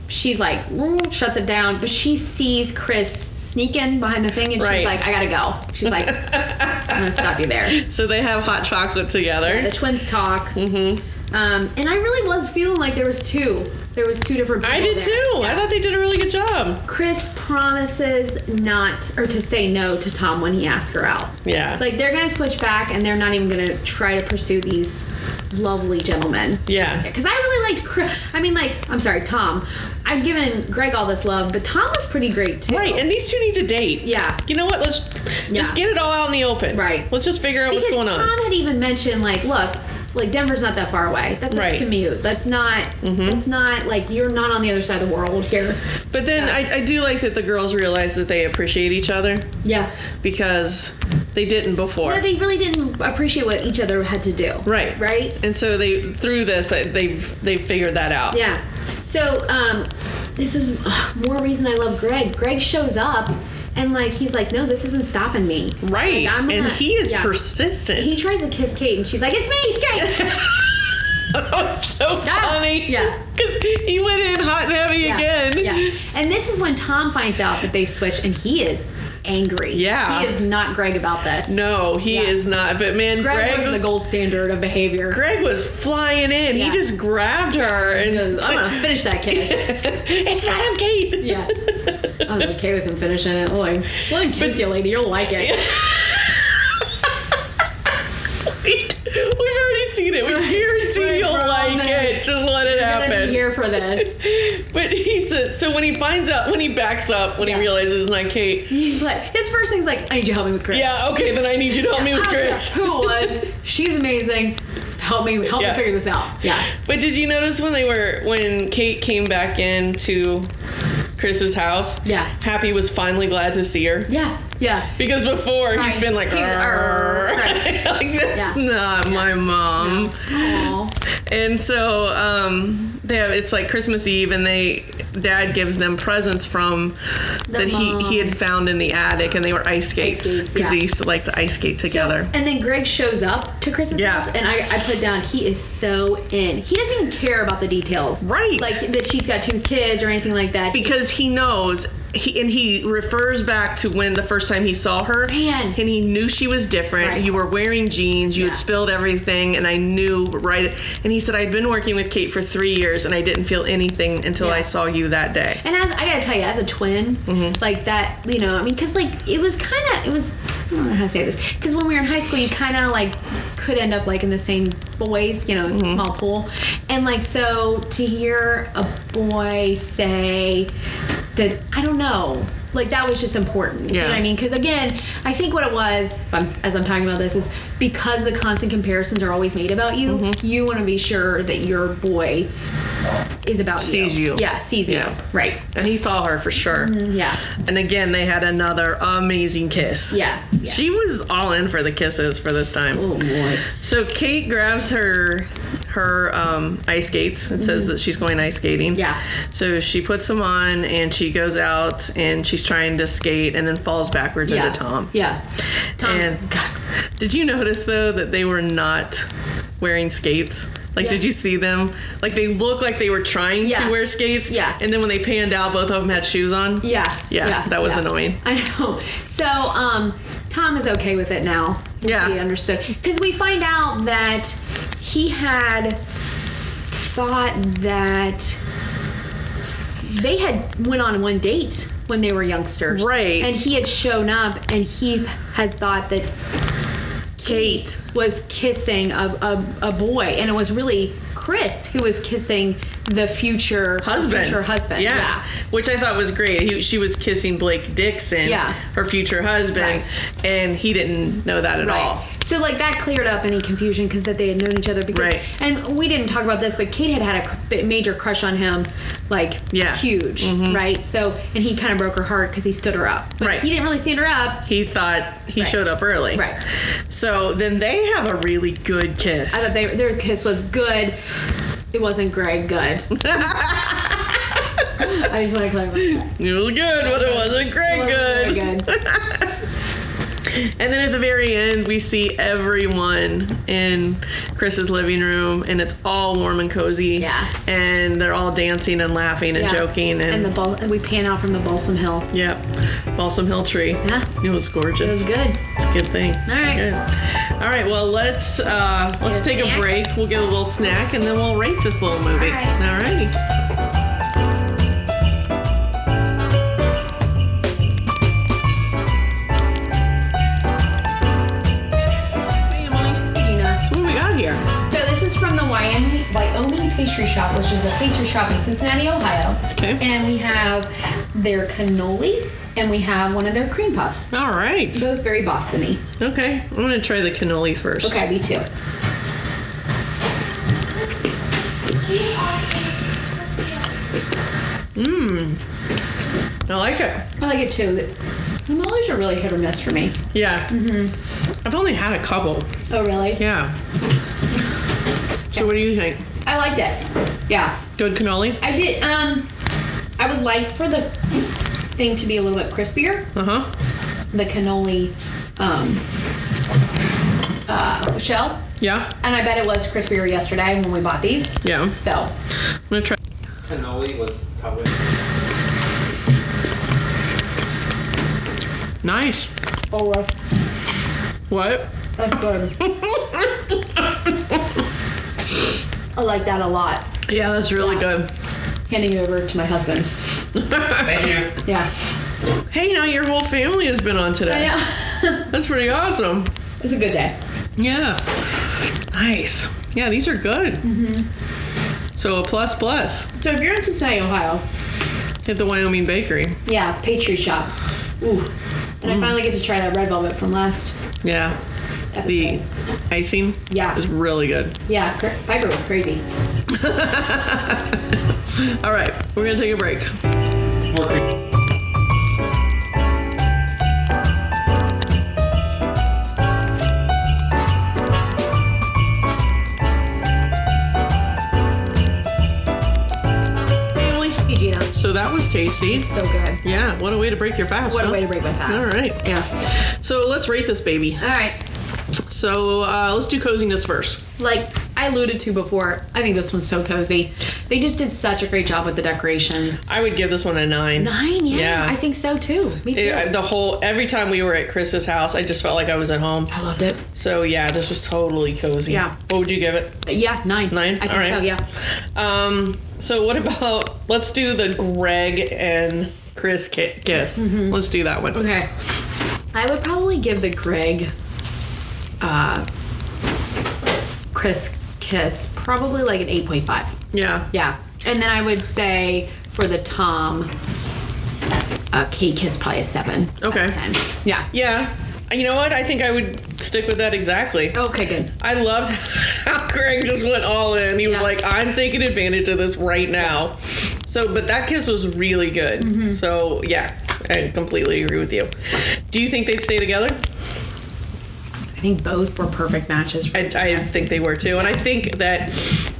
She's like, "Mm," shuts it down, but she sees Chris sneaking behind the thing and Right. she's like, I gotta go. She's like, I'm gonna stop you there. So they have hot chocolate the together. twins talk. Mm-hmm. Um, and I really was feeling like there was two. There was two different. People I did there. too. I thought they did a really good job. Chris promises not or to say no to Tom when he asks her out. Yeah. Like they're gonna switch back and they're not even gonna try to pursue these lovely gentlemen. yeah. Because I really liked Chris. I mean, like, I'm sorry, Tom. I've given Greg all this love, but Tom was pretty great too. Right, and these two need to date. Yeah. You know what? Let's Yeah. just get it all out in the open. Right. Let's just figure out Because what's going Tom on. had even mentioned, like, look, like Denver's not that far away. That's Right. Mm-hmm. a commute. That's not. That's not like you're not on the other side of the world here. But then I, I do like that the girls realize that they appreciate each other Yeah. because they didn't before. But they really didn't appreciate what each other had to do. right. Right. And so they through this uh, they've they figured that out. Yeah. So um, this is ugh, more reason I love Greg. Greg shows up and like he's like, no, this isn't stopping me. Right. Like, I'm and not- he is yeah. persistent. He tries to kiss Kate and she's like, it's me, it's Kate. that was so That- funny. yeah. Because he went in hot and heavy Yeah, again. Yeah. And this is when Tom finds out that they switch and he is angry. Yeah. He is not Greg about this. No, he Yeah. is not. But man, Greg, Greg was the gold standard of behavior. Greg was flying in. He Yeah. just grabbed her and I'm gonna finish that kiss. it's not him, Kate. Yeah. I was okay with him finishing it. Like, let him kiss you, lady. You'll like it. We've already seen it. We guarantee Right, you'll we're on like it. this. Just let it I'm gonna be happen. here for this. But he says so when he finds out when he backs up when Yeah. he realizes it's not Kate. He's like, his first thing's like, I need you to help me with Chris. Yeah, okay, then I need you to help me I with don't care Chris. Who it was? She's amazing. Help me, help Yeah. me figure this out. Yeah. But did you notice when they were when Kate came back into Chris's house? Yeah. Happy was finally glad to see her. Yeah. Yeah. Because before he's Right. been like, He was, "Arr." "Arr." like that's Yeah. not my mom. Aw. And so um, they have it's like Christmas Eve, and they dad gives them presents from that he, mom. he had found in the attic, and they were ice skates skates, because they yeah. used to like to ice skate So, together. and then Greg shows up to Chris's Yeah. house, and I, I put down he is so in. He doesn't even care about the details, Right. Like that she's got two kids or anything like that. because he knows, he, and he refers back to when the first time he saw her, Man. and he knew she was different. Right. You were wearing jeans, you Yeah. had spilled everything, and I knew right. And he said, I'd been working with Kate for three years, and I didn't feel anything until Yeah. I saw you that day. Mm-hmm. And as I gotta tell you, as a twin, like that, you know, I mean, because like it was kind of, it was I don't know how to say this because when we were in high school, you kind of like could end up like in the same boys, you know, Mm-hmm. it's a small pool, and like so to hear a boy say that I don't know, like that was just important. You know Yeah. what I mean? Because again, I think what it was, if I'm, as I'm talking about this, is because the constant comparisons are always made about you. Mm-hmm. You want to be sure that your boy is about Sees you. Yeah, sees Yeah. you. Right. And he saw her for sure. Yeah. And again, they had another amazing kiss. Yeah. Yeah. She was all in for the kisses for this time. Oh boy. So Kate grabs her her um, ice skates and says that she's going ice skating. Mm-hmm. Yeah. So she puts them on and she goes out and she's trying to skate and then falls backwards Yeah. into Tom. Yeah. Tom. And- God. Did you notice though that they were not wearing skates? Like, Yeah. did you see them? Like, they looked like they were trying Yeah. to wear skates. Yeah. And then when they panned out, both of them had shoes on. Yeah. Yeah, that was annoying. I know. So, um, Tom is okay with it now. Yeah. He understood. Because we find out that he had thought that they had went on one date when they were youngsters. Right. And he had shown up and he had thought that Kate. was kissing a, a, a boy, and it was really Chris who was kissing the future Husband. Future husband. Yeah. yeah. Which I thought was great. He, she was kissing Blake Dixon, Yeah. her future husband, and he didn't know that at all. So like that cleared up any confusion because that they had known each other. Because, Right. And we didn't talk about this, but Kate had had a cr- bi- major crush on him, like Yeah. Mm-hmm. huge, right? So and he kind of broke her heart because he stood her up, but Right. he didn't really stand her up. He thought he Right. showed up early. Right. So then they have a really good kiss. I thought they, their kiss was good. It wasn't Greg good. I just want to clarify. that. it was good, but it wasn't great It wasn't good. very good. And then at the very end, we see everyone in Chris's living room, and it's all warm and cozy. Yeah. And they're all dancing and laughing and Yeah. joking. And, and the bal- and we pan out from the Balsam Hill. yeah, Balsam Hill Tree. Yeah. It was gorgeous. It was good. It's a good thing. All right. Good. All right. Well, let's uh, let's a take a snack? break. We'll get a little snack, and then we'll rate this little movie. All right. All righty. Hey, Emily. Did you know? What do we got here? So this is from the Wyoming, Wyoming Pastry Shop, which is a pastry shop in Cincinnati, Ohio. Okay. And we have their cannoli, and we have one of their cream puffs. All right. Both very Boston-y. Okay. I'm gonna try the cannoli first. Okay, me too. I like it. I like it too. The cannolis are really hit or miss for me. Yeah. Mm-hmm. I've only had a couple. Oh, really? Yeah. So what do you think? I liked it. Yeah. Good cannoli? I did, um, I would like for the thing to be a little bit crispier. Uh huh. The cannoli, um, uh, shell. Yeah. And I bet it was crispier yesterday when we bought these. Yeah. So, I'm gonna try. Cannoli was probably Nice. oh, What? that's good. I like that a lot. Yeah, that's really Yeah. good. Handing it over to my husband. Thank you. Yeah. Hey, now your whole family has been on I today. know. That's pretty awesome. it's a good day. Yeah. Nice. Yeah, these are good. Mm-hmm. So a plus plus. So, if you're in Cincinnati, Ohio, Hit the Wyoming Bakery. yeah, Pastry Shop. Ooh. And I finally get to try that red velvet from last Yeah. episode. The icing Yeah. is really good. yeah, cr- Piper was crazy. All right, we're going to take a break. Working. Family. Eugenia. So that was tasty. So good. Yeah, what a way to break your fast. What a huh? way to break my fast. All right. Yeah. So let's rate this baby. All right. So uh, let's do coziness first. like I alluded to before, I think this one's so cozy. They just did such a great job with the decorations. I would give this one a nine. Nine, yeah, Yeah. I think so too. Me too. It- I- the whole every time we were at Chris's house, I just felt like I was at home. I loved it. So yeah, this was totally cozy. Yeah. What would you give it? Yeah, nine. Nine? I think All right. so. Yeah. Um. So what about let's Mm-hmm. do the Greg and Chris ki- kiss. Let's do that one. Okay. I would probably give the Greg, uh, Chris Kiss probably like an 8.5. Yeah. Yeah. And then I would say for the Tom, uh, Kate Kiss probably a 7. out of Okay. 10. Yeah. Yeah. And You know what? I think I would stick with that exactly. Okay, good. I loved how Greg just went all in. He was Yeah. like, I'm taking advantage of this right now. So, but that kiss was really good. Mm-hmm. So, yeah, I completely agree with you. Do you think they'd stay together? I think both were perfect matches. For I, each I other. think they were too. And I think that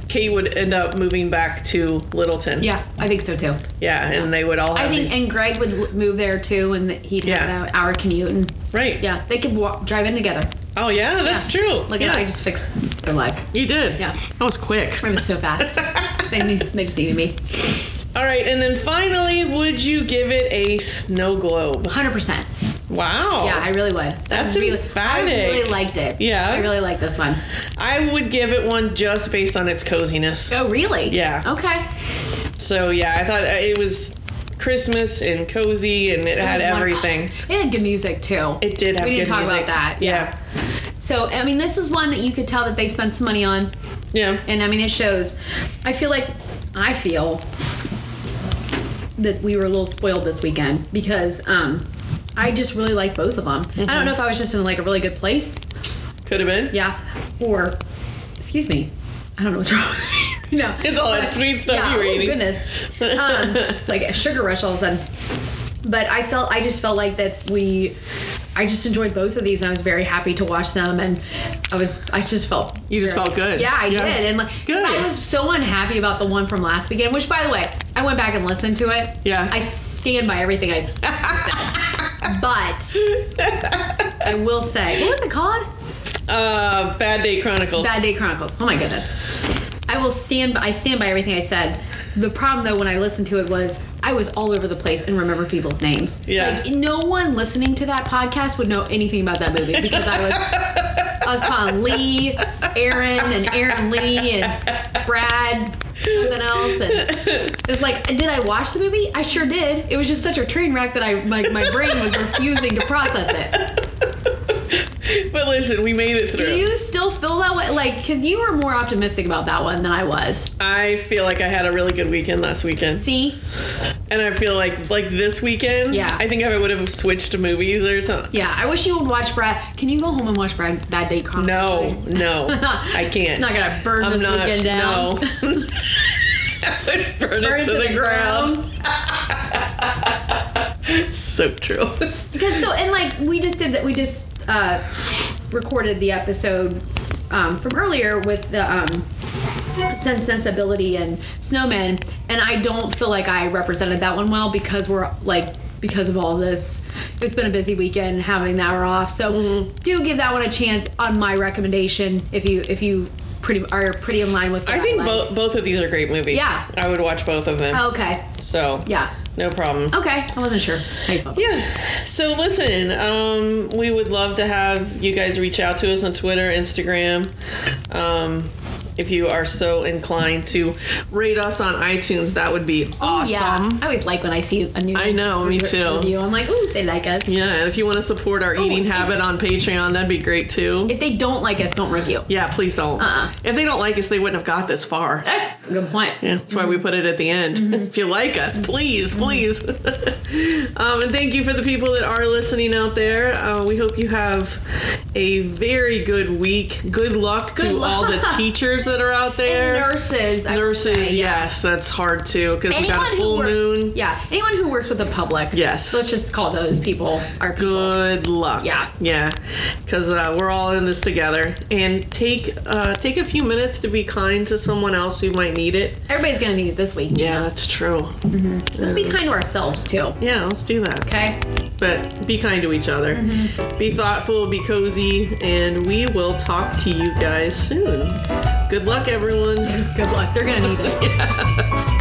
Kate would end up moving back to Littleton. yeah, I think so too. Yeah, and they would all I have think, these- and Greg would l- move there too, and th- he'd Yeah. have that hour commute. And right. yeah, they could walk, drive in together. Oh, yeah, that's Yeah. true. Look yeah. at I just fixed their lives. You did. Yeah. That was quick. I was so fast. they, need, they just needed me. All right, and then finally, would you give it a snow globe? 100%. Wow. Yeah, I really would. Oh. That's really, I emphatic. really liked it. Yeah. I really like this one. I would give it one just based on its coziness. Oh, really? Yeah. Okay. So yeah, I thought it was Christmas and cozy, and it, had It was one- everything. It had good music too. It did have We didn't good talk music. about that. Yeah. So I mean, this is one that you could tell that they spent some money on, Yeah. and I mean, it shows. I feel like I feel that we were a little spoiled this weekend because um, I just really like both of them. I don't know if I was just in like a really good place, Could have been. yeah, or excuse me, I don't know what's wrong. with me. no, It's all that sweet stuff yeah, you were oh, eating. Goodness, um, it's like a sugar rush all of a sudden. But I felt, I just felt like that we, I just enjoyed both of these, and I was very happy to watch them, and I was, I just felt. You just very- felt good. Yeah, I Yeah. did, and like, 'cause Good. I was so unhappy about the one from last weekend. Which, by the way, I went back and listened to it. Yeah. I stand by everything I s- said. But I will say, what was it called? Uh, Bad Day Chronicles. Bad Day Chronicles. Oh my goodness. I will stand. by- I stand by everything I said. The problem though, when I listened to it, was I was all over the place and remember people's names. Yeah. Like no one listening to that podcast would know anything about that movie because I was. I was calling Lee, Aaron, and Aaron Lee, and Brad, something else, and it was like, did I watch the movie? I sure did. It was just such a train wreck that I, like, my brain was refusing to process it. But listen, we made it through. Do you still feel that way? Like, because you were more optimistic about that one than I was. I feel like I had a really good weekend last weekend, See? and I feel like like this weekend. Yeah. I think I would have switched movies or something. Yeah, I wish you would watch Brad. Can you go home and watch Brad Bad Day Chronicles? No, with me? no, I can't. Not gonna burn this weekend down. No. burn, Burn it to, the, ground. So true. Because so and like we just did that. We just uh, recorded the episode um, from earlier with the um, sense sensibility and snowmen, and I don't feel like I represented that one well because we're like because of all this. It's been a busy weekend having an hour off, so do give that one a chance on my recommendation if you if you pretty are pretty in line with. What I think like. both both of these are great movies. Yeah. I would watch both of them. okay. So Yeah. no problem. Okay. I wasn't sure. How you felt. Yeah. So listen, um, we would love to have you guys reach out to us on Twitter, Instagram. Um, if you are so inclined to rate us on iTunes, that would be awesome. Oh, Yeah, I always like when I see a new. I know, me too. Review. I'm like, ooh, they like us. Yeah, and if you want to support our eating if- habit on Patreon, that'd be great too. If they don't like us, don't review. yeah, please don't. Uh-uh. Eh. If they don't like us, they wouldn't have got this far. Good point. Yeah, that's why Mm-hmm. we put it at the end. if you like us, please, please. Mm-hmm. um, and thank you for the people that are listening out there. Uh, we hope you have a very good week. Good luck Good to luck. all the teachers that are out there. And nurses, I would Nurses, say, yes, that's hard too because we Anyone got a who full works, moon. yeah, anyone who works with the public, Yes. let's just call those people our people. Good luck. Yeah. yeah, because uh, we're all in this together. And take uh, take a few minutes to be kind to someone else who might need it. Everybody's gonna need it this week. Yeah, that's true. Let's be kind to ourselves too. Yeah, let's do that. Okay. but be kind to each other. Be thoughtful, be cozy, and we will talk to you guys soon. Good luck, everyone. Good luck. They're gonna need it.